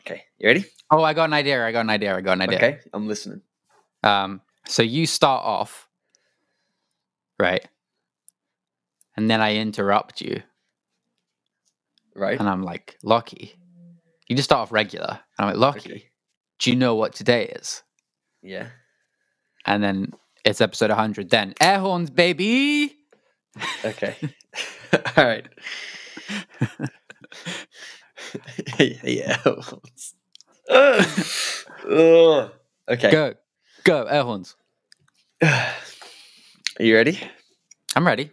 Okay, you ready? Oh, I got an idea. I got an idea. I got an idea. Okay, I'm listening. Um, so you start off, right? And then I interrupt you, Right. and I'm like, Lockie, you just start off regular. And I'm like, Lockie, Okay. do you know what today is? Yeah. And then it's episode 100. Then air horns, baby. Okay. All right. yeah. Ugh. okay. Go, go, air horns. Are you ready? I'm ready.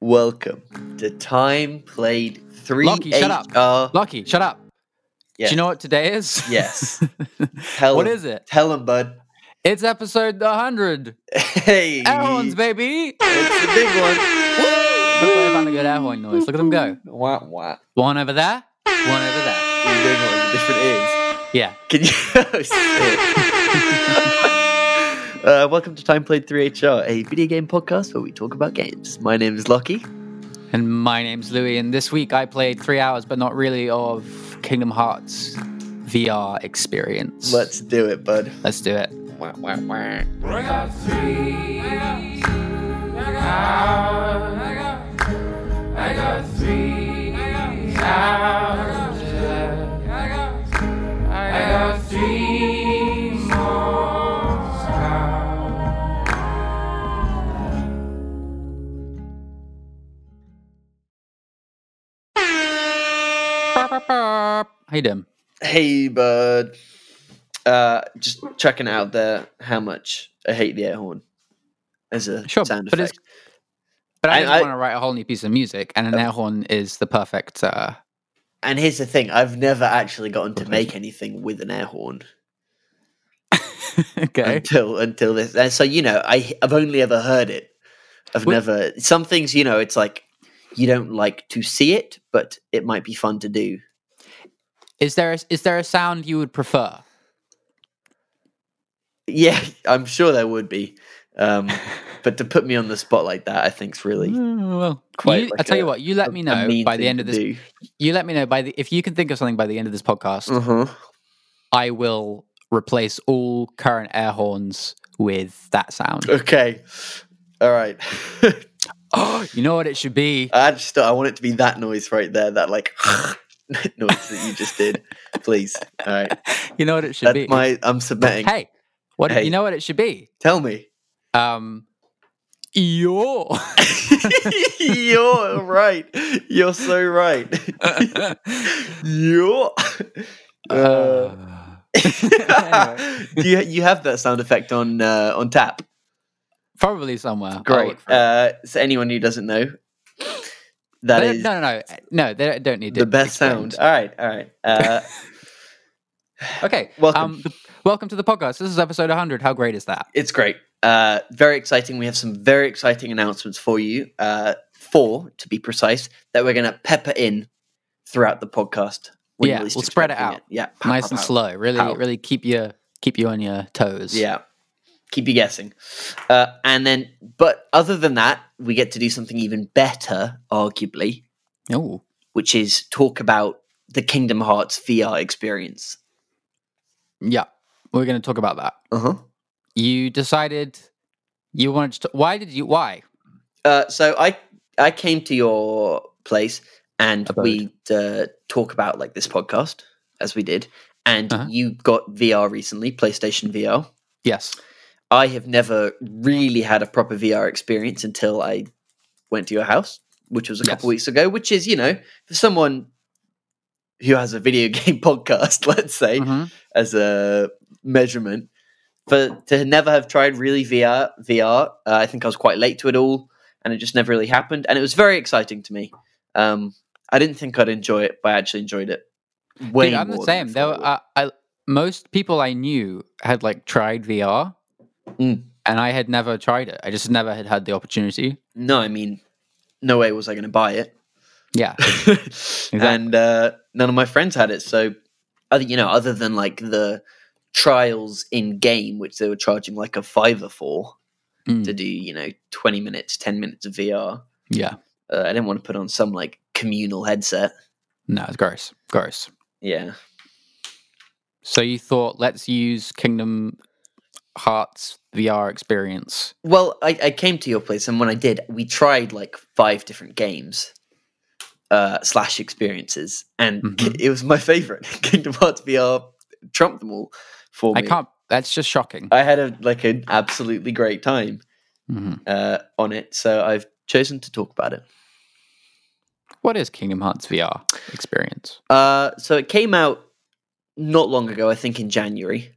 Welcome to Time Played 3 Lockie, shut up. HR. Lockie, shut up. Yeah. Do you know what today is? Yes. Tell what him. is it? Tell him, bud. It's episode 100. Hey. Air horns, baby. It's the big one. Look what I found a good air horn noise. Look at them go. Wah, wah. One over there, one over there. You're doing all the different ears. Yeah. Can you? Oh, sick. uh, welcome to Time Played 3HR, a video game podcast where we talk about games. My name is Lockie. And my name's Louis, and this week I played three hours, but not really, of Kingdom Hearts VR experience. Let's do it, bud. Let's do it. Wah, wah, wah. How you doing? Hey, bud. Uh, just checking out there how much I hate the air horn as a Sure, sound but it's- effect. But I I- just I- Oh. want to write a whole new piece of music, and an air horn is the perfect. Uh, And here's the thing: I've never actually gotten to make anything with an air horn okay. until until this. And so you know, I I've only ever heard it. I've Well- never some things. You know, it's like you don't like to see it, but it might be fun to do. Is there a, is there a sound you would prefer? Yeah, I'm sure there would be. Um, but to put me on the spot like that, I think's really Mm, well, Quite you- like I tell a- you what, you let me know by the end of this. You let me know by the if you can think of something by the end of this podcast. Uh huh. I will replace all current air horns with that sound. Okay. All right. Uh, you know what it should be? I just I want it to be that noise right there. That like noise that you just did. Please. All right. You know what it should That's be? my. I'm submitting. hey, what Hey. you know what it should be? Tell me. Um yo. You're right. You're so right. Uh, You're. Uh, Uh, do uh, you you have that sound effect on uh, on tap? probably somewhere. I'll Great. look for it. Uh, so anyone who doesn't know, that They- is no, no, no, no. They don't- don't need to the best explain. sound. All right, all right. Uh, Okay, welcome. um, the- welcome to the podcast. This is episode 100. How great is that? it's great. Uh, very exciting. We have some very exciting announcements for you. Uh, four, to be precise, that we're going to pepper in throughout the podcast. when you're Yeah, least we'll spread it expecting out. Yeah, pow, nice pow, and pow. slow. Really, Pow. really keep you keep you on your toes. Yeah, keep you guessing. Uh, and then, but other than that, we get to do something even better, arguably, Oh, which is talk about the Kingdom Hearts VR experience. yeah. We're going to talk about that. Uh huh. you decided you wanted to why did you why Uh, so I I came to your place and Abode. we uh, talk about like this podcast as we did, and Uh-huh. you got VR recently, PlayStation VR. yes I have never really had a proper VR experience until I went to your house, which was a couple Yes. weeks ago. Which is, you know, for someone who has a video game podcast, let's say, Mhm. as a measurement. But to never have tried really VR, VR, uh, I think I was quite late to it all, and it just never really happened. And it was very exciting to me. Um, I didn't think I'd enjoy it, but I actually enjoyed it. Way Dude, i'm more than the same uh I though thought I I, I most people i knew had like tried vr Mm. and i had never tried it i just never had had the opportunity would. no, I mean, no way was I going to buy it, yeah and uh, none of my friends had it. So, other you know, other than like the trials in game, which they were charging like a fiver for Mm. to do, you know, twenty minutes, ten minutes of VR. yeah Uh, I didn't want to put on some like communal headset. no it's gross gross Yeah. So you thought, let's use Kingdom Hearts VR experience. Well, I, I came to your place, and when I did, we tried like five different games uh, slash experiences, and Mhm. it was my favorite. Kingdom Hearts VR trumped them all for me. Uh, I can't. That's just shocking. I had a, like an absolutely great time Mhm. uh, on it, so I've chosen to talk about it. What is Kingdom Hearts VR experience? Uh, so it came out not long ago, I think in January.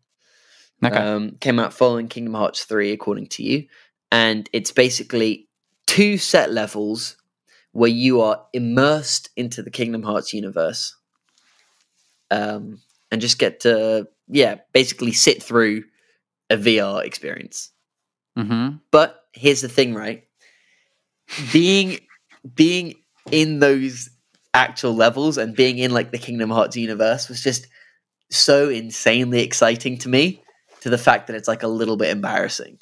Okay. um, came out following Kingdom Hearts 3, according to you. And it's basically two set levels where you are immersed into the Kingdom Hearts universe um, and just get to, yeah, basically sit through a VR experience. mm-hmm. But here's the thing, right? Being being in those actual levels and being in like the Kingdom Hearts universe was just so insanely exciting to me to the fact that it's like a little bit embarrassing.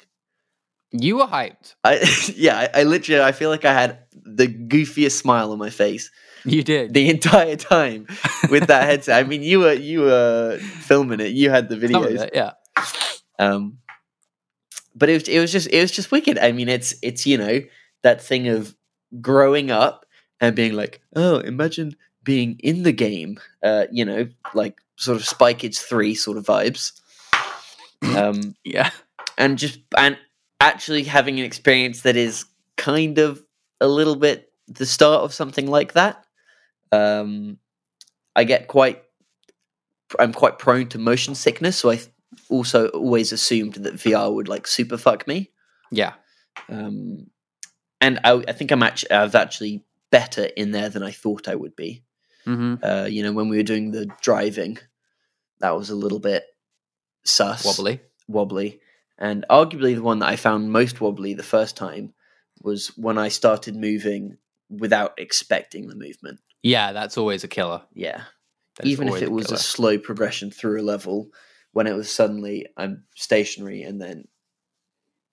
You were hyped. I yeah, I, I literally I feel like I had the goofiest smile on my face You did. the entire time with that headset. I mean, you were you were filming it. You had the Some of videos. it, yeah. Um, but it was, it was just it was just wicked. I mean, it's it's you know that thing of growing up and being like, oh, imagine being in the game. Uh, you know, like sort of Spy Kids three sort of vibes. Um, Yeah. and just and actually having an experience that is kind of a little bit the start of something like that. Um, I get quite, I'm quite prone to motion sickness, so I th- also always assumed that VR would like super fuck me. Yeah. Um, and I, I think I'm actually, I've actually better in there than I thought I would be. Mm-hmm. Uh, you know, when we were doing the driving, that was a little bit sus Wobbly. wobbly. And arguably the one that I found most wobbly the first time was when I started moving without expecting the movement. Yeah, that's always a killer. Yeah. That is Even if always it a was a killer. slow progression through a level, when it was suddenly I'm stationary and then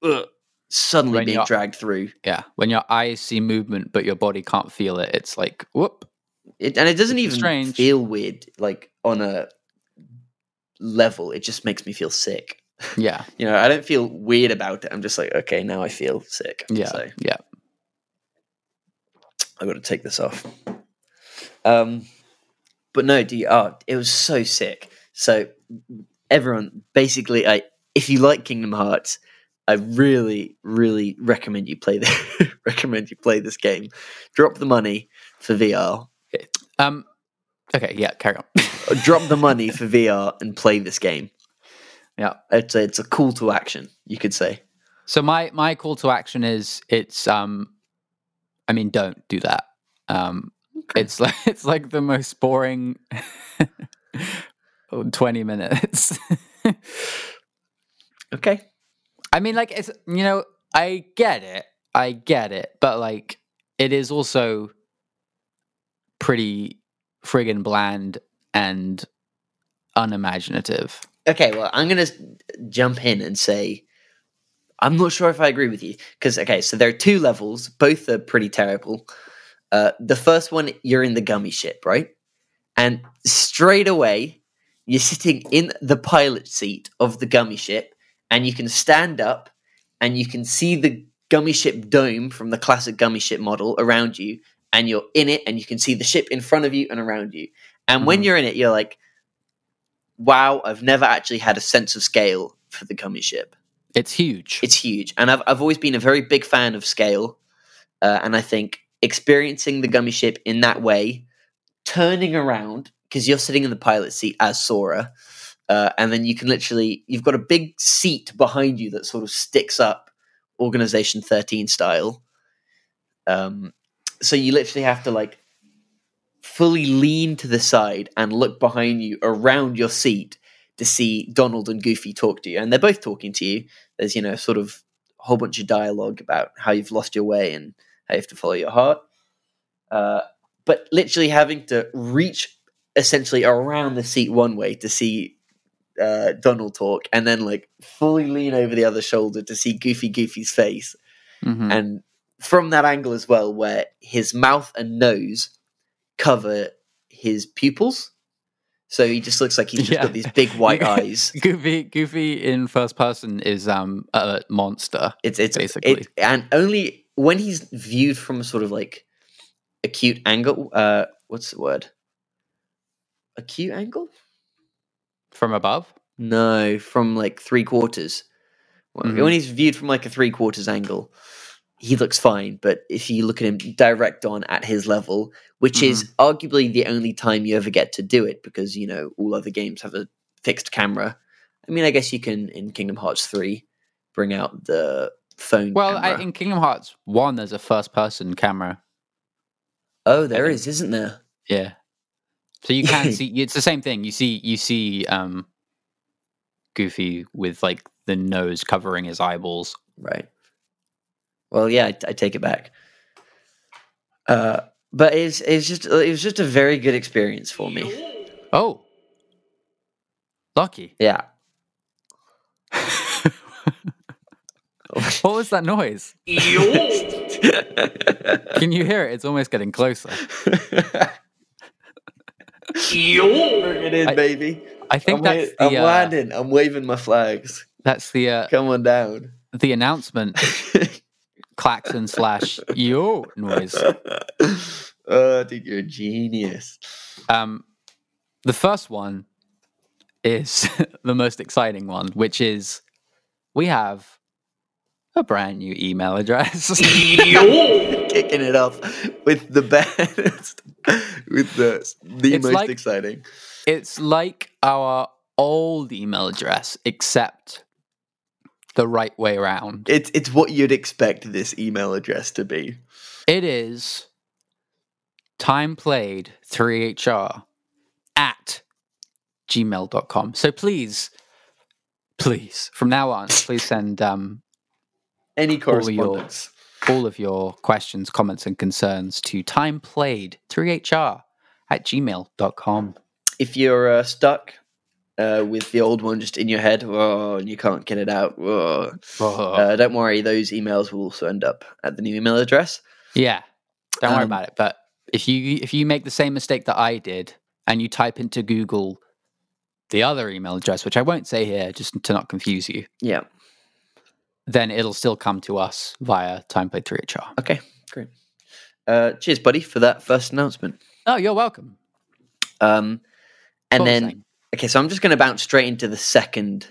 ugh, suddenly When being you're- dragged through. yeah, when your eyes see movement but your body can't feel it, it's like whoop. It, and it doesn't It's even strange. feel weird, like on a level. It just makes me feel sick. Yeah, You know, I don't feel weird about it. I'm just like, okay, now I feel sick. yeah, So. yeah. I got to take this off. Um, but no, do you? Oh, it was so sick. So everyone, basically, I if you like Kingdom Hearts, I really, really recommend you play this. recommend you play this game. Drop the money for VR. Um, okay, yeah. Carry on. Or drop the money for VR and play this game. Yeah. it's a, it's a call to action, you could say. so my my call to action is it's um, I mean don't do that. Um, Okay. it's like it's like the most boring twenty minutes. Okay. I mean, like it's you know, I get it, I get it, but like it is also pretty friggin' bland and unimaginative. Okay, well, I'm going to jump in and say I'm not sure if I agree with you because okay, so there are two levels, both are pretty terrible. Uh, the first one, you're in the gummy ship, right? And straight away, you're sitting in the pilot seat of the gummy ship, and you can stand up, and you can see the gummy ship dome from the classic gummy ship model around you, and you're in it, and you can see the ship in front of you and around you. And when Mhm. you're in it, you're like, "Wow, I've never actually had a sense of scale for the gummy ship." It's huge. It's huge, and I've I've always been a very big fan of scale, uh, and I think experiencing the gummy ship in that way, turning around because you're sitting in the pilot seat as Sora, uh, and then you can literally you've got a big seat behind you that sort of sticks up, Organization Thirteen style. Um, so you literally have to like fully lean to the side and look behind you around your seat to see Donald and Goofy talk to you, and they're both talking to you there's you know sort of a whole bunch of dialogue about how you've lost your way and how you have to follow your heart uh, but literally having to reach essentially around the seat one way to see uh, donald talk and then like fully lean over the other shoulder to see goofy goofy's face Mhm. and from that angle as well where his mouth and nose cover his pupils So he just looks like he's just Yeah. got these big white eyes. Goofy, Goofy in first person is um a monster. It's it's Basically. it, and only when he's viewed from sort of like acute angle. Uh, what's the word? Acute angle? From above, No, from like three quarters. When Mhm. when he's viewed from like a three quarters angle, he looks fine. But if you look at him direct on at his level, which is Mm-hmm. arguably the only time you ever get to do it, because you know all other games have a fixed camera. I mean, I guess you can in Kingdom Hearts three bring out the phone. Well, I, camera. in Kingdom Hearts one, there's a first-person camera. Oh, there think. is, isn't there? Yeah, so you can see. It's the same thing. You see, you see, um, Goofy with like the nose covering his eyeballs. Right. Well, yeah, I, I take it back. Uh, but it's it's just it was just a very good experience for me. Oh, lucky. Yeah. What was that noise? Can you hear it? It's almost getting closer. it is, I- baby. I think I'm, wa- that's I'm the uh, landing. I'm waving my flags. that's the uh, Come on down. the announcement klaxon slash yo noise. oh, dude, you're a genius. Um, the first one is the most exciting one, which is we have a brand new email address. Kicking it off with the best, with the the It's most like- exciting. it's like our old email address, except the right way around. It's it's what you'd expect this email address to be. It is time played 3HR at gmail.com. So please, please, from now on, please send um, Any All yours. correspondence. all of your questions, comments, and concerns to timeplayed3hr at gmail.com. If you're uh, stuck uh, with the old one just in your head, oh, and you can't get it out, oh, Oh. uh, don't worry. Those emails will also end up at the new email address. Yeah, don't worry um, about it. But if you if you make the same mistake that I did and you type into Google the other email address, which I won't say here, just to not confuse you, Yeah. then it'll still come to us via timeplayed3hr. Okay. Great. Uh, cheers, buddy, for that first announcement. Oh, you're welcome. Um, What and was I then saying? Okay, so I'm just going to bounce straight into the second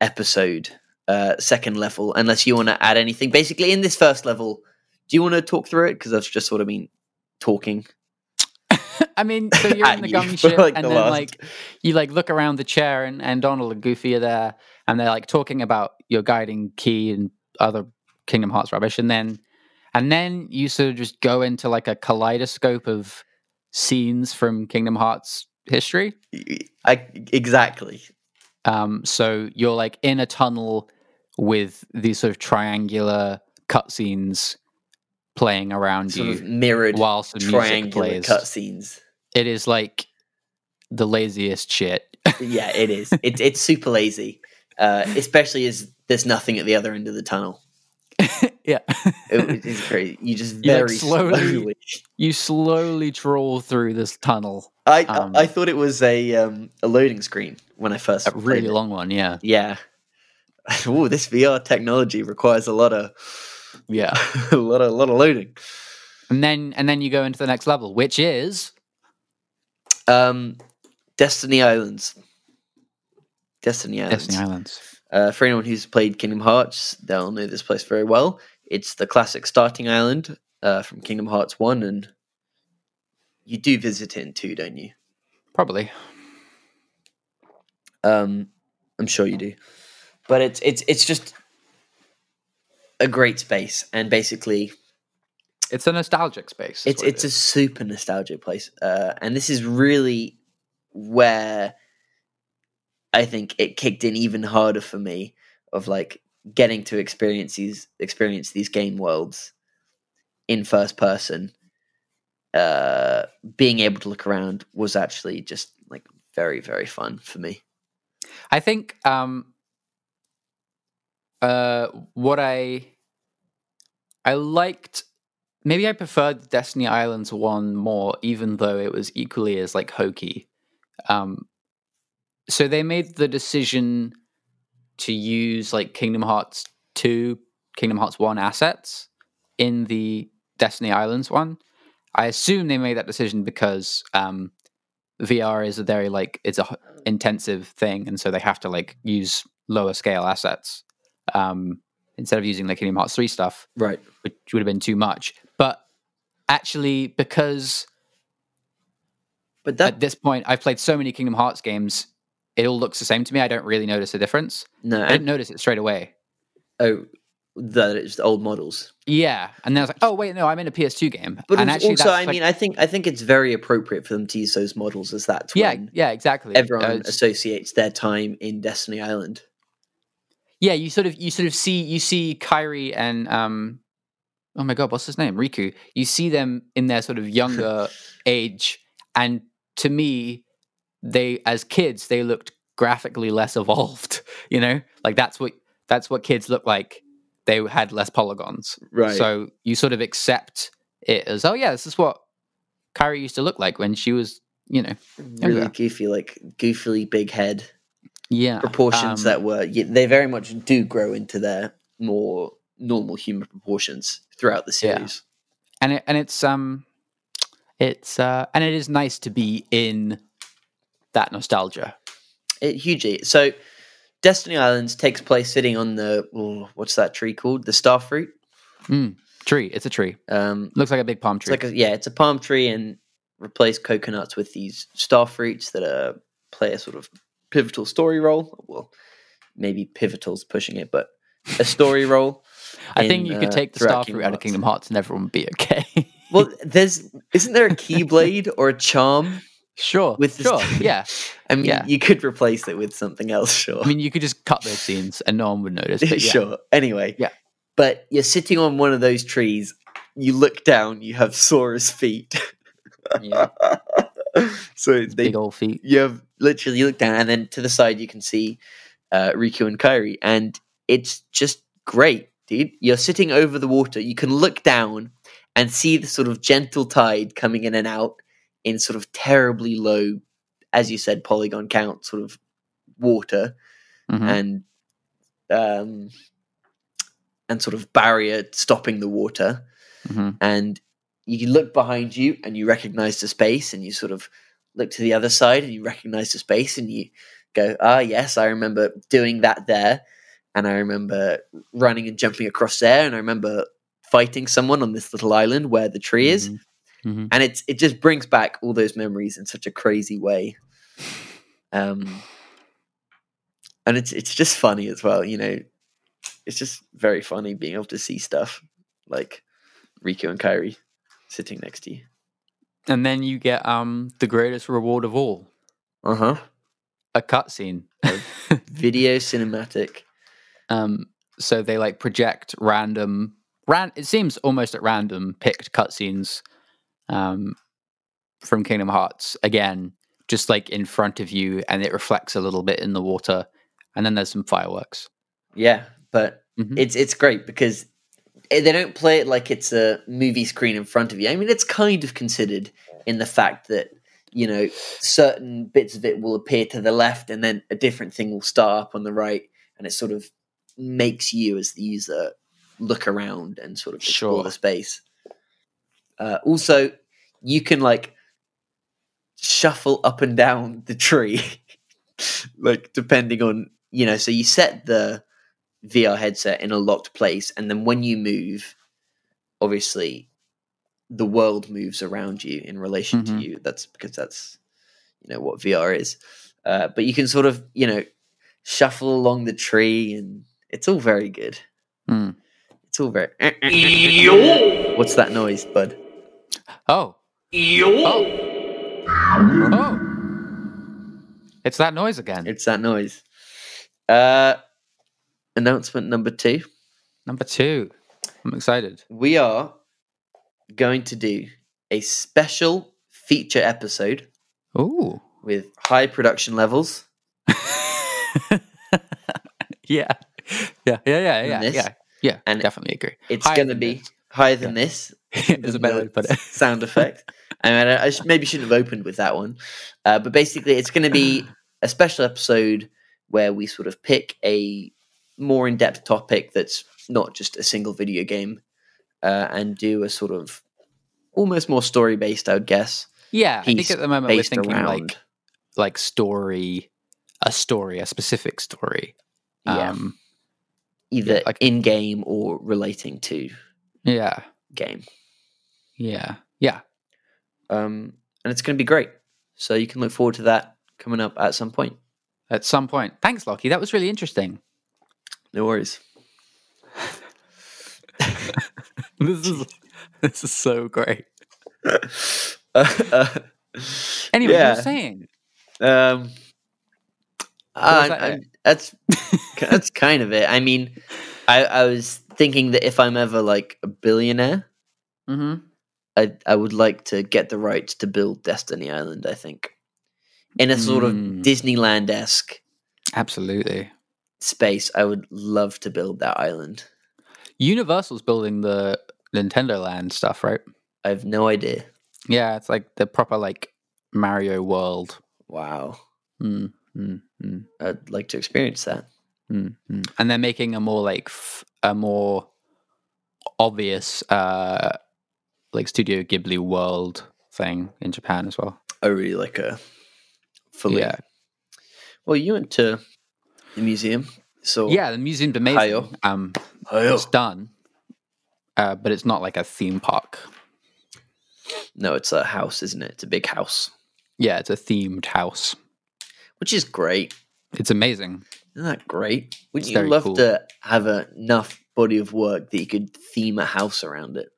episode, uh, second level, unless you want to add anything. Basically, in this first level, do you want to talk through it? Because I've just sort of been talking. I mean, so you're at in the you gummy for, ship, like, the and then last- like you like look around the chair, and, and Donald and Goofy are there, and they're like talking about your guiding key and other Kingdom Hearts rubbish, and then and then you sort of just go into like a kaleidoscope of scenes from Kingdom Hearts history. I, exactly. Um, so you're like in a tunnel with these sort of triangular cutscenes playing around Sort of you mirrored while some music triangular plays. cutscenes. It is like the laziest shit. Yeah, it is. It's it's super lazy, uh, especially as there's nothing at the other end of the tunnel. yeah. It, it's crazy. You just You, like, very slowly- slowly you slowly trawl through this tunnel. I, Um, I I thought it was a um, a loading screen when I first A played really it. long one, yeah. Yeah. Ooh, this VR technology requires a lot of Yeah. a lot of lot of loading. And then and then you go into the next level, which is Um, Destiny Islands. Destiny Islands. Destiny Islands. Uh, for anyone who's played Kingdom Hearts, they'll know this place very well. It's the classic starting island uh, from Kingdom Hearts One, and you do visit it in two, don't you? Probably. Um, I'm sure you do, but it's it's it's just a great space, and basically It's a nostalgic space. is it's what it it's is. a super nostalgic place, uh, and this is really where I think it kicked in even harder for me of like getting to experience these experience these game worlds in first person. Uh, being able to look around was actually just like very very fun for me. I think um uh what I I liked maybe I preferred Destiny Islands one more, even though it was equally as like hokey Um, so they made the decision to use like Kingdom Hearts 2, Kingdom Hearts 1 assets in the Destiny Islands one. I assume they made that decision because um, VR is a very like it's a h- intensive thing, and so they have to like use lower scale assets um, instead of using like Kingdom Hearts three stuff, Right. which would have been too much. But actually, because But that at this point I've played so many Kingdom Hearts games, it all looks the same to me. I don't really notice a difference. no, I didn't notice it straight away. oh, that it's the old models. Yeah, and then I was like, oh wait, no, I'm in a PS2 game. But and als- actually, also, that's, I like- mean, I think I think it's very appropriate for them to use those models as that twin. yeah, yeah, exactly. Everyone Uh, associates their time in Destiny Island. yeah you sort of you sort of see you see Kyrie and um oh my god what's his name Riku you see them in their sort of younger age and to me they as kids they looked graphically less evolved you know like that's what that's what kids look like they had less polygons Right. so you sort of accept it as oh yeah this is what Kyrie used to look like when she was you know really yeah. goofy, like goofily big head yeah proportions um, that were. y- They very much do grow into their more normal human proportions throughout the Yeah. series. and it, and it's um it's uh and it is nice to be in that nostalgia It, hugely. Eh, E. So, Destiny Islands takes place sitting on the oh, what's that tree called? The starfruit. tree it's a tree Um, looks like a big palm It's tree like a, yeah, it's a palm tree and replace coconuts with these star fruits that are play a sort of pivotal story role. Well, maybe pivotal's pushing it, but a story role. i think in, you could uh, take the throughout star fruit out of Kingdom kingdom hearts and everyone would be okay Well, there's isn't there a keyblade or a charm? sure With this- sure yeah I mean, Yeah. you could replace it with something else, sure. i mean you could just cut those scenes and no one would notice but yeah. sure. Anyway, Yeah. But you're sitting on one of those trees. You look down. You have Sora's feet. Yeah, so they big old feet you have literally you look down and then to the side you can see uh, Riku and Kairi and it's just great, dude. You're sitting over the water. You can look down and see the sort of gentle tide coming in and out in sort of terribly low, as you said, polygon count sort of water Mhm. and um and sort of barrier stopping the water Mhm. and you can look behind you and you recognize the space and you sort of look to the other side and you recognize the space and you go ah yes i remember doing that there and i remember running and jumping across there and i remember fighting someone on this little island where the tree is Mhm. Mhm. and it's it just brings back all those memories in such a crazy way um and it's it's just funny as well you know it's just very funny being able to see stuff like Riku and Kairi sitting next to you and then you get um the greatest reward of all uh-huh a cutscene video cinematic Um, so they like project random, ran. It seems almost at random picked cutscenes, um, from Kingdom Hearts again, just like in front of you, and it reflects a little bit in the water, and then there's some fireworks. yeah but Mhm. it's it's great because eh, they don't play it like it's a movie screen in front of you i mean it's kind of considered in the fact that you know certain bits of it will appear to the left and then a different thing will start up on the right and it sort of makes you as the user look around and sort of explore Sure. the space uh, also you can like shuffle up and down the tree like depending on you know so you set the vr headset in a locked place and then when you move obviously the world moves around you in relation Mhm. to you that's because that's you know what vr is uh, but you can sort of you know shuffle along the tree and it's all very good Hmm. it's all very what's that noise bud Oh, oh, oh! It's that noise again. It's that noise. Uh, announcement number two. Number two. I'm excited. We are going to do a special feature episode Ooh. with high production levels. yeah. Yeah. Yeah. Yeah. And Yeah. this- Yeah. Yeah. and definitely agree. It's Higher going to than be this. higher than this. There's a better way to put it. sound effect. I mean, I, I sh- maybe shouldn't have opened with that one, uh, but basically, it's going to be a special episode where we sort of pick a more in-depth topic that's not just a single video game, uh, and do a sort of almost more story-based, I would guess. Yeah, I think piece at the moment we're Based thinking around, like like story, a story, a specific story. yeah, Um, either like- in-game or relating to yeah, game. yeah, yeah. um, and it's going to be great. So you can look forward to that coming up at some point. At some point. Thanks, Lockie. That was really interesting. No worries. This is this is so great. Um, anyway, Anyway, you were saying um, was I- that I- that's that's kind of it. I mean, I, I was thinking that if I'm ever like a billionaire, hmm I I would like to get the rights to build Destiny Island. I think in a sort of Mm. Disneyland esque absolutely. space, I would love to build that island. Universal's building the Nintendo Land stuff, right? I have no idea. Yeah, it's like the proper like Mario World. Wow. Mm, mm, mm, I'd like to experience that. mm, mm. And they're making a more like f- a more obvious uh like Studio Ghibli world thing in Japan as well. I really like a fully. Yeah. Well, you went to the museum, so Oh, Yeah, the museum's amazing. Hiyo. Um Hiyo. it's done. Uh, but it's not like a theme park. No, it's a house, isn't it? It's a big house, Yeah, it's a themed house. which is great. It's amazing. Isn't that great? Wouldn't It's you very love cool. to have a, enough body of work that you could theme a house around it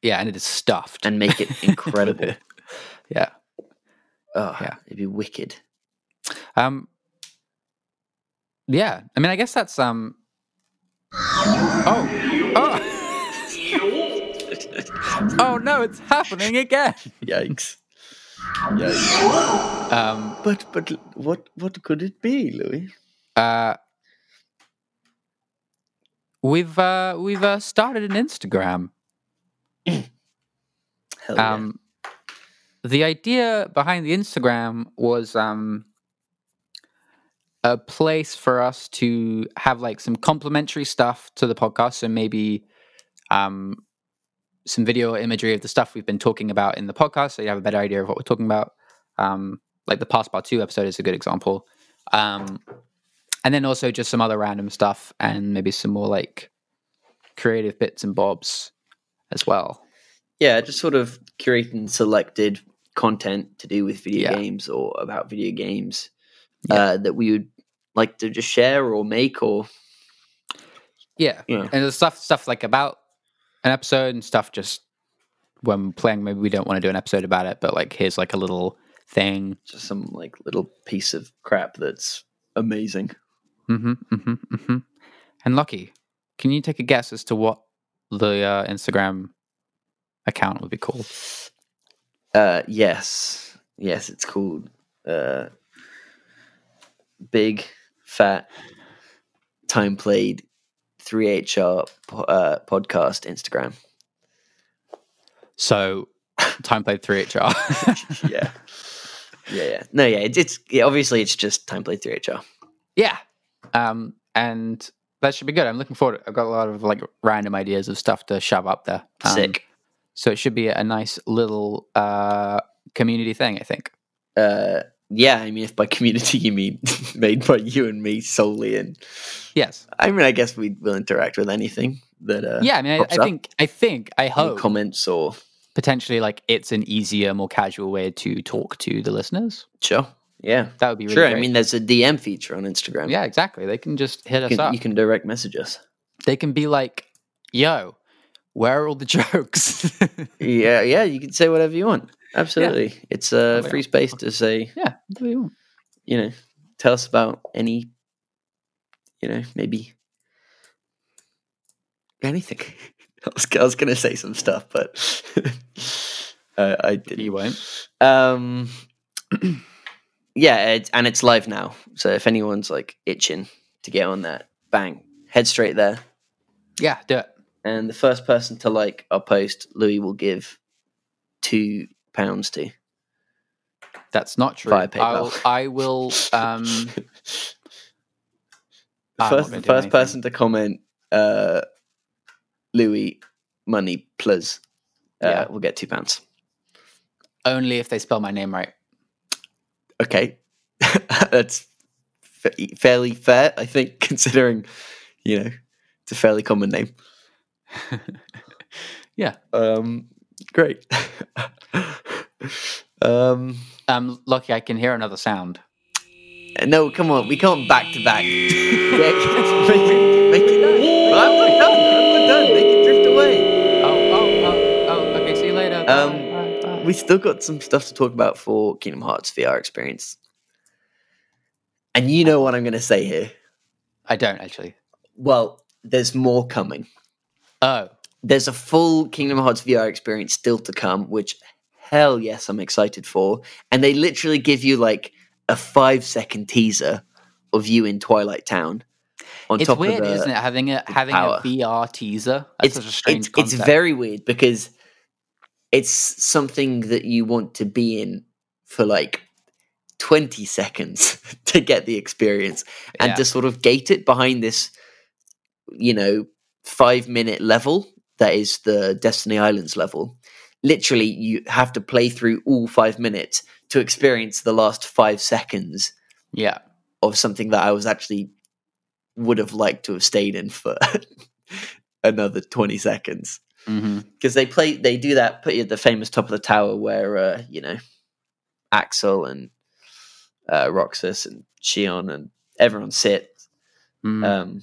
Yeah, and it is stuffed. and make it incredible? Yeah. Oh, Yeah. it'd be wicked. Um. Yeah, I mean, I guess that's um. Oh, oh, oh no! It's happening again. Yikes. Yikes. Um. But but what what could it be, Louis? Uh. We've uh we've uh, started an Instagram. Hell Oh, yeah. Um. The idea behind the Instagram was um. A place for us to have like some complimentary stuff to the podcast, so maybe um, some video or imagery of the stuff we've been talking about in the podcast, so you have a better idea of what we're talking about. Um, like the Passport Two episode is a good example, um, and then also just some other random stuff and maybe some more like creative bits and bobs as well. Yeah, just sort of curated and selected content to do with video Yeah. games or about video games Yeah. uh, that we would like to just share or make or Yeah, Yeah. and there's stuff stuff like about an episode and stuff just when playing. Maybe we don't want to do an episode about it, but like here's like a little thing. just some like little piece of crap that's amazing. Mm-hmm, mm-hmm, mm-hmm. And Lucky, can you take a guess as to what the uh, Instagram account would be called? Uh, yes, yes, it's called uh, Big Fat Time Played 3HR po- uh, Podcast Instagram. So, time played three HR. yeah. Yeah, yeah. No, yeah, it's, it's yeah, obviously it's just time played 3HR. yeah, um, and that should be good. I'm looking forward. I've got a lot of like random ideas of stuff to shove up there. Um, Sick. So it should be a nice little uh, community thing. I think. uh yeah i mean if by community you mean made by you and me solely and Yes. i mean i guess we will interact with anything that uh yeah. I mean, I, props I up. think. I think. I any hope comments or potentially like it's an easier, more casual way to talk to the listeners. sure yeah That would be really sure i great. mean there's a dm feature on instagram Yeah, exactly. They can just hit us you can, up. you can direct message us They can be like, "Yo, where are all the jokes?" yeah yeah you can say whatever you want absolutely it's a Totally. free space to say yeah, do what you want. you know tell us about any you know maybe anything i was, I was gonna say some stuff but uh, i didn't you won't. Um, yeah, it's, and it's live now. So if anyone's like itching to get on that, bang, head straight there Yeah, do it. and the first person to like our post, Louis will give two pounds to. That's not true. Via I'll, PayPal. I will. Um, The I'm not first, the gonna do first anything. person to comment, uh, Louis money plus, uh, Yeah. will get two pounds. only if they spell my name right. Okay, that's fa- fairly fair, I think, considering you know it's a fairly common name. Yeah. Um. Great. um. Um, lucky I can hear another sound. No, come on, we can't back to back. Yeah, make it, make it. Well, I'm not done. I'm not done. Make it drift away. Oh, oh, oh, oh. Okay, see you later. Bye, Um, bye, bye. we still got some stuff to talk about for Kingdom Hearts VR experience. And you know what I'm going to say here. I don't actually. Well, there's more coming. Oh, There's a full Kingdom Hearts VR experience still to come, which hell yes, I'm excited for. And they literally give you like a five second teaser of you in Twilight Town. On it's top weird, of the, isn't it? Having a having power. a VR teaser. That's such a strange it's, concept. it's very weird because it's something that you want to be in for like 20 seconds to get the experience and Yeah. to sort of gate it behind this you know 5 minute level that is the Destiny Islands level literally you have to play through all 5 minutes to experience the last 5 seconds yeah. of something that I was actually would have liked to have stayed in for another 20 seconds hmm because they play they do that put you at the famous top of the tower where uh, you know Axel and uh, Roxas and Shion and everyone sit Mm-hmm. Mm. um,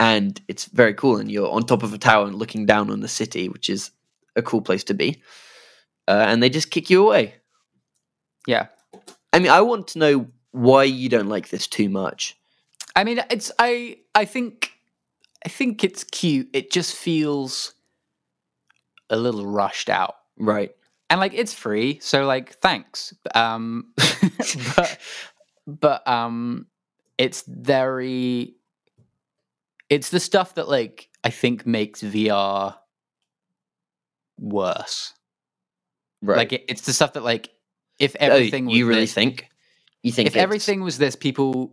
and it's very cool and you're on top of a tower and looking down on the city which is a cool place to be uh, and they just kick you away Yeah. I mean I want to know why you don't like this too much I mean, it's I I think I think it's cute. It just feels a little rushed out. right and like it's free so like thanks um but but um it's very it's the stuff that like i think makes vr worse right like it, it's the stuff that like if Oh, everything was you really this, think you think if it's- everything was this people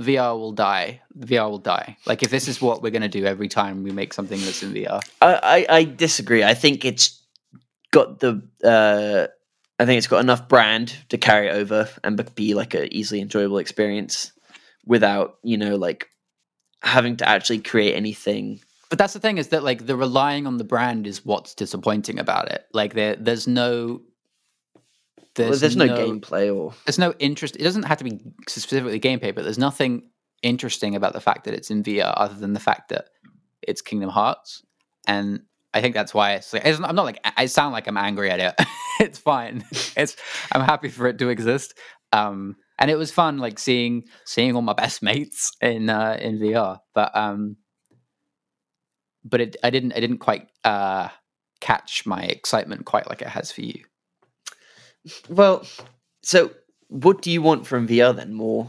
vr will die vr will die like if this is what we're going to do every time we make something that's in vr I, I, I disagree. I think it's got the uh, I think it's got enough brand to carry it over and be- be like a easily enjoyable experience without you know like having to actually create anything. But that's the thing is that like the relying on the brand is what's disappointing about it. Like there, there's no, Well, there's, There's, no, gameplay or There's no interest. It doesn't have to be specifically gameplay, but there's nothing interesting about the fact that it's in VR other than the fact that it's Kingdom Hearts, and I think that's why it's like it's not, I'm not like I sound like I'm angry at it. it's fine. It's I'm happy for it to exist. Um, and it was fun like seeing seeing all my best mates in uh, in VR, but um, but it I didn't I didn't quite uh catch my excitement quite like it has for you. well. So what do you want from VR then more?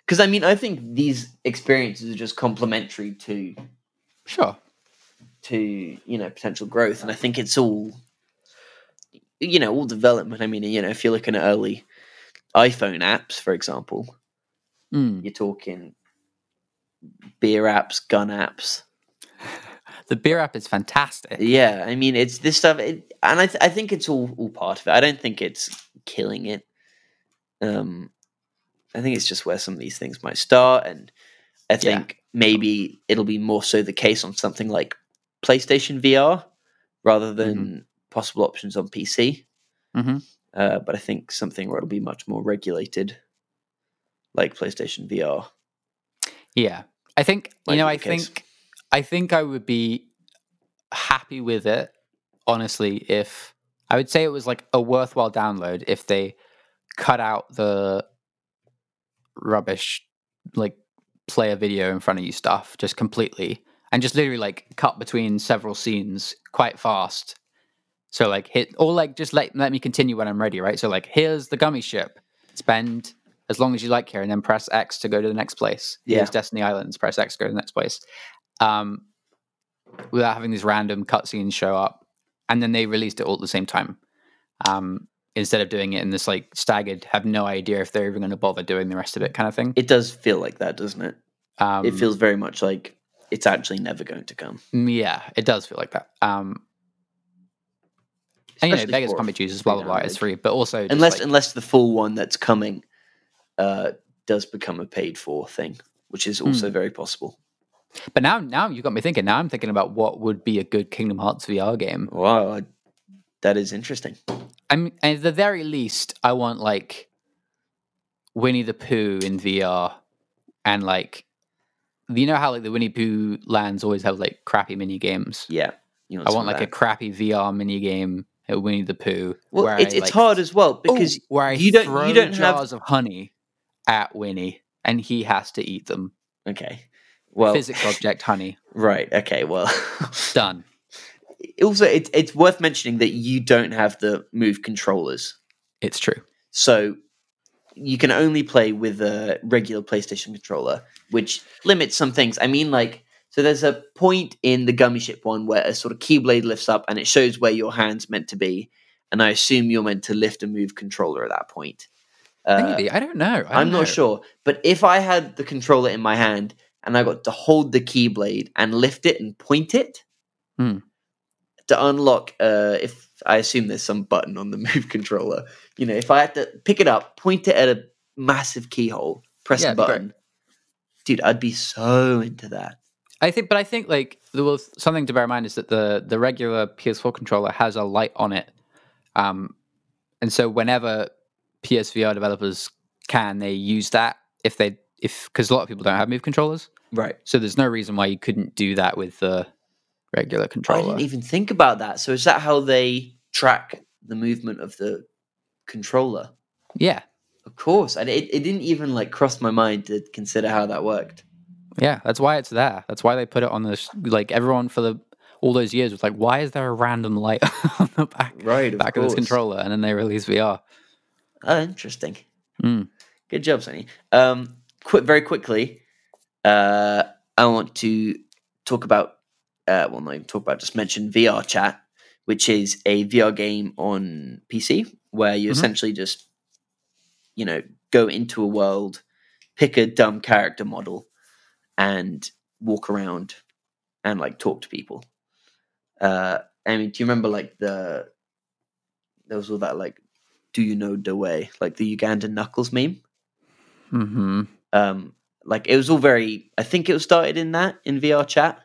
Because I mean, I think these experiences are just complementary to Sure. to you know potential growth and i think it's all you know all development i mean you know if you're looking at early iphone apps for example Mm. you're talking beer apps gun apps The beer app is fantastic. yeah i mean it's this stuff it, and I, th- I think it's all, all part of it i don't think it's killing it um i think it's just where some of these things might start and i think maybe it'll be more so the case on something like playstation vr rather than Mm-hmm. possible options on pc Mhm. uh, but i think something where it'll be much more regulated like playstation vr Yeah. I think Might you know, be I the case. think I think I would be happy with it, honestly, if I would say it was like a worthwhile download if they cut out the rubbish like play a video in front of you stuff just completely and just literally like cut between several scenes quite fast. So like hit or like just let let me continue when I'm ready, right? So like here's the gummy ship. Spend as long as you like here and then press X to go to the next place. Yeah. Here's Destiny Islands, press X to go to the next place. um, without having these random cutscenes show up. And then they released it all at the same time. Um, instead of doing it in this like staggered, have no idea if they're even going to bother doing the rest of it kind of thing. It does feel like that, doesn't it? Um, it feels very much like it's actually never going to come. Mm, yeah, it does feel like that. Um, and you know, Especially Vegas for a can't be Jesus, blah blah blah. It's free, but also just, unless like- unless the full one that's coming uh, does become a paid for thing, which is Hmm. also very possible. But now, now you got me thinking. Now I'm thinking about what would be a good Kingdom Hearts VR game. Wow, I, that is interesting. I'm at the very least, I want like Winnie the Pooh in VR, and like you know how like the Winnie Pooh lands always have like crappy mini games. Yeah, you I want like a crappy VR mini game at Winnie the Pooh. well, where it's I, it's like, hard as well oh, because where I you don't- you throw don't have- jars of honey at Winnie, and he has to eat them. okay, well, Physics object honey right, okay, well, done. also it's it's worth mentioning that you don't have the move controllers. It's true. So you can only play with a regular PlayStation controller, which limits some things. I mean, like, so there's a point in the Gummy Ship one where a sort of keyblade lifts up and it shows where your hand's meant to be. And I assume you're meant to lift and move controller at that point. Uh, Maybe I don't know. I don't I'm know. not sure. But if I had the controller in my hand and I got to hold the keyblade and lift it and point it Hmm. to unlock, uh, if I assume there's some button on the move controller, you know, if I had to pick it up, point it at a massive keyhole, press Yeah, a it'd be great. button, dude, I'd be so into that. I think, but I think like there was something to bear in mind is that the the regular PS4 controller has a light on it, um, and so whenever PSVR developers can, they use that if they if because a lot of people don't have move controllers, Right. so there's no reason why you couldn't do that with the regular I controller. didn't even think about that. So is that how they track the movement of the controller? yeah, Of course. And it, it didn't even like cross my mind to consider how that worked. yeah, that's why it's there. That's why they put it on this. Like everyone for the all those years was like, why is there a random light on the back Right. back of this controller? And then they release VR. Oh, interesting. Mm. Good job, Sonny. Um, quick, very quickly, uh, I want to talk about, uh, well, not even talk about, just mention VR Chat, which is a VR game on PC where you Mhm. essentially just, you know, go into a world, pick a dumb character model, and walk around and like talk to people. Uh, I mean, do you remember like the there was all that like, do you know the way like the Ugandan knuckles meme? Hmm. Um, like it was all very. I think it was started in that in VR chat.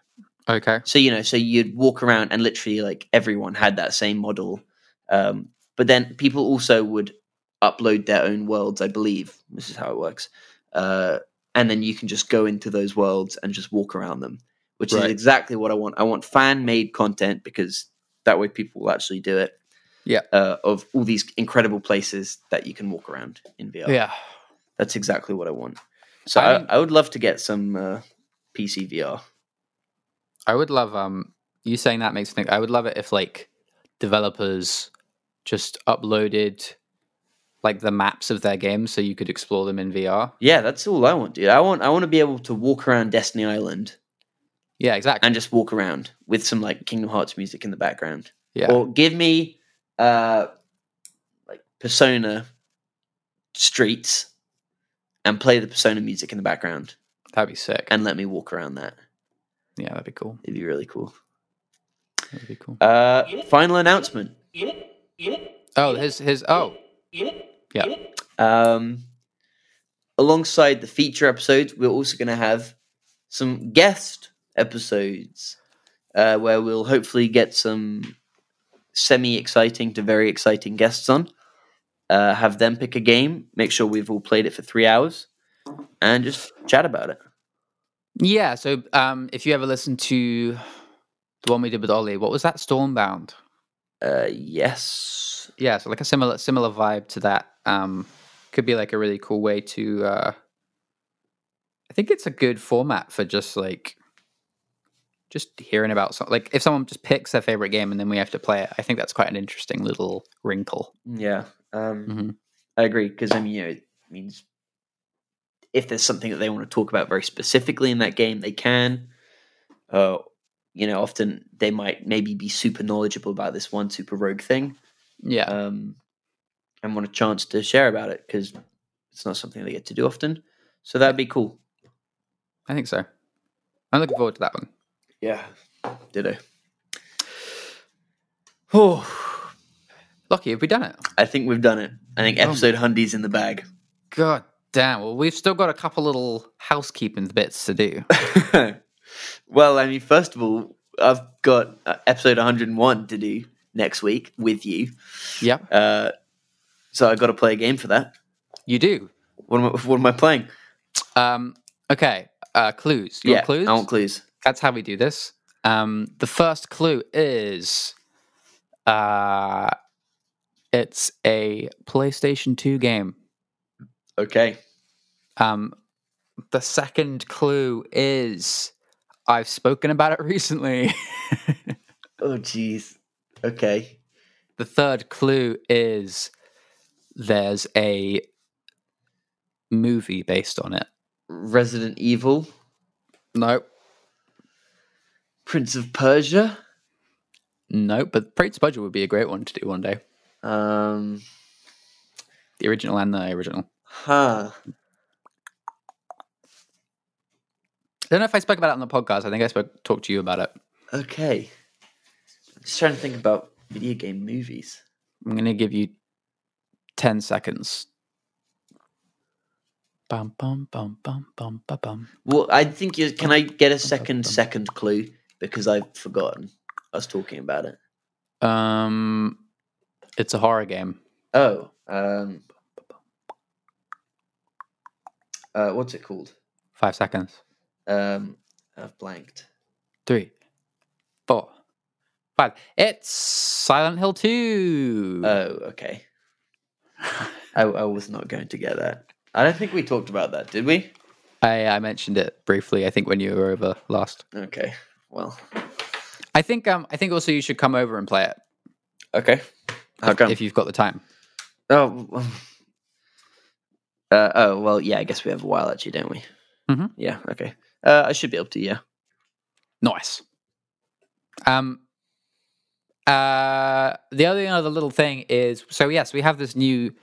Okay. So you know, so you'd walk around and literally like everyone had that same model. Um, but then people also would upload their own worlds. I believe this is how it works. Uh, and then you can just go into those worlds and just walk around them, which is Right. exactly what I want. I want fan made content because that way people will actually do it. Yeah. Uh, of all these incredible places that you can walk around in VR. Yeah. That's exactly what I want. So I I, mean- I, would love to get some uh, PC VR. I would love um you saying that makes me think I would love it if like developers just uploaded like the maps of their games so you could explore them in VR. Yeah, that's all I want, dude. I want I want to be able to walk around Destiny Island Yeah, exactly. and just walk around with some like Kingdom Hearts music in the background. Yeah. Or give me uh like Persona Streets and play the Persona music in the background that'd be sick. and let me walk around that. yeah, that'd be cool. It'd be really cool. That'd be cool. Uh final announcement. Oh, his his oh. Yeah. Um, alongside the feature episodes, we're also going to have some guest episodes uh, where we'll hopefully get some semi exciting to very exciting guests on. Uh, have them pick a game, make sure we've all played it for three hours, and just chat about it. Yeah, so um if you ever listen to the one we did with Ollie, what was that? Stormbound. Uh, yes. Yeah, so like a similar similar vibe to that. Um could be like a really cool way to uh I think it's a good format for just like just hearing about something like if someone just picks their favorite game and then we have to play it. I think that's quite an interesting little wrinkle. Yeah. Um, Mhm. I agree because I mean, you know, it means if there's something that they want to talk about very specifically in that game, they can. uh, you know, often they might maybe be super knowledgeable about this one super rogue thing Yeah. um, and want a chance to share about it because it's not something they get to do often. So that'd be cool. I think so. I'm looking forward to that one. Yeah. Ditto. Oh, Lucky, have we done it? I think we've done it. I think Oh my- episode Hundy's in the bag. God damn. Well, we've still got a couple little housekeeping bits to do. well, I mean, first of all, I've got uh, episode 101 to do next week with you. yep. Uh, so I've got to play a game for that. You do. What am I, what am I playing? Um, okay. Uh, clues. You want clues? I want clues. That's how we do this. Um, the first clue is uh, it's a PlayStation 2 game. Okay. Um, the second clue is I've spoken about it recently. Oh, jeez. Okay. the third clue is there's a movie based on it. Resident Evil, Nope. Prince of Persia. Nope. But Prince Budget would be a great one to do one day. Um, The original and the original. huh. I don't know if I spoke about it on the podcast. I think I spoke talked to you about it. Okay. Just trying to think about video game movies. I'm gonna give you ten seconds. Bum bum bum bum bum bum bum. Well, I think you can. I get a second second clue because I've forgotten us talking about it. Um, it's a horror game. Oh, um, uh, what's it called? Five seconds. Um, I've blanked. Three, four, five. It's Silent Hill Two. Oh, okay. I, I was not going to get that. I don't think we talked about that, did we? I, I mentioned it briefly. I think when you were over last. Okay. Well. I think um I think also you should come over and play it Okay. How if- come? if you've got the time. Oh, w- uh, oh well, yeah. I guess we have a while actually, don't we? Mhm. Yeah. Okay. Uh, I should be able to. Yeah. Nice. Um. Uh, the other other little thing is so yes, we have this new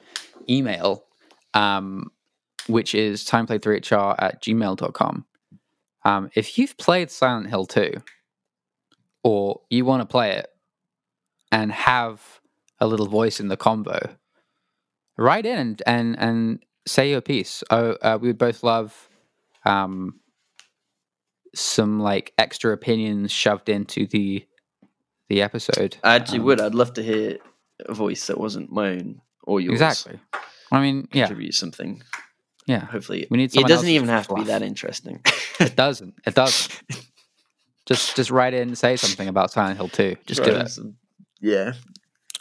email, um, which is timeplaythreehr at gmail.com. Um, if you've played Silent Hill 2 or you want to play it and have a little voice in the combo, write in and and, and say your piece. Oh, uh, we would both love um, some like extra opinions shoved into the the episode. I actually Um, would. I'd love to hear a voice that wasn't mine or yours. Exactly. I mean, yeah, Contribute something. yeah. Hopefully, We need it someone doesn't else's even have to be fluff. that interesting. It doesn't. It doesn't. just just write in and say something about Silent Hill 2. Just do Right, it. so- Yeah.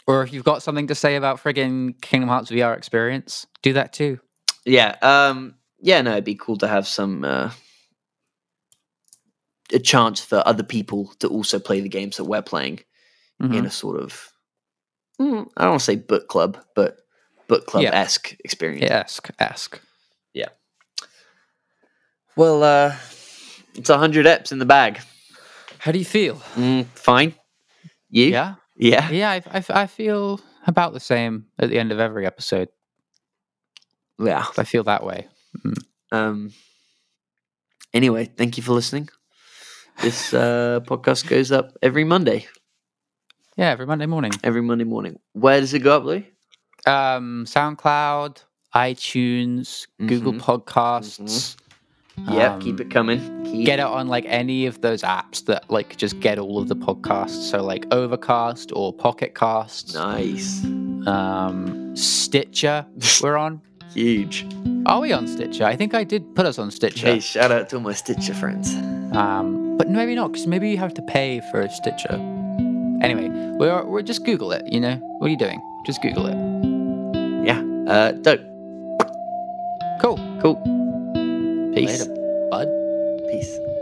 Or if you've got something to say about friggin' Kingdom Hearts VR experience, do that too. Yeah. Um. Yeah. No, it'd be cool to have some. Uh, a chance for other people to also play the games that we're playing. in Mhm. a sort of mm, I don't want to say book club, but book club esque experience. Yeah, ask, ask. Well, uh, it's hundred eps in the bag. How do you feel? Mm, fine. You? Yeah, Yeah. yeah. I, I, I feel about the same at the end of every episode. Yeah. I feel that way. Um. Anyway, thank you for listening. This uh, podcast goes up every Monday, Yeah, every Monday morning. every Monday morning. Where does it go up, Lou? Um, SoundCloud, iTunes, Google Mhm. Podcasts. yeah, keep um, it coming. Keep get it on like any of those apps that like just get all of the podcasts. So like Overcast or Pocket Casts, Nice. um, Stitcher. We're on. Huge. Are we on Stitcher? I think I did put us on Stitcher. Hey, shout out to all my Stitcher friends. Um, but maybe not, because maybe you have to pay for a Stitcher. Anyway, we're, we're just Google it. You know what are you doing? Just Google it. Yeah. Uh, dope. Cool. Cool. Peace. Later, bud. Peace.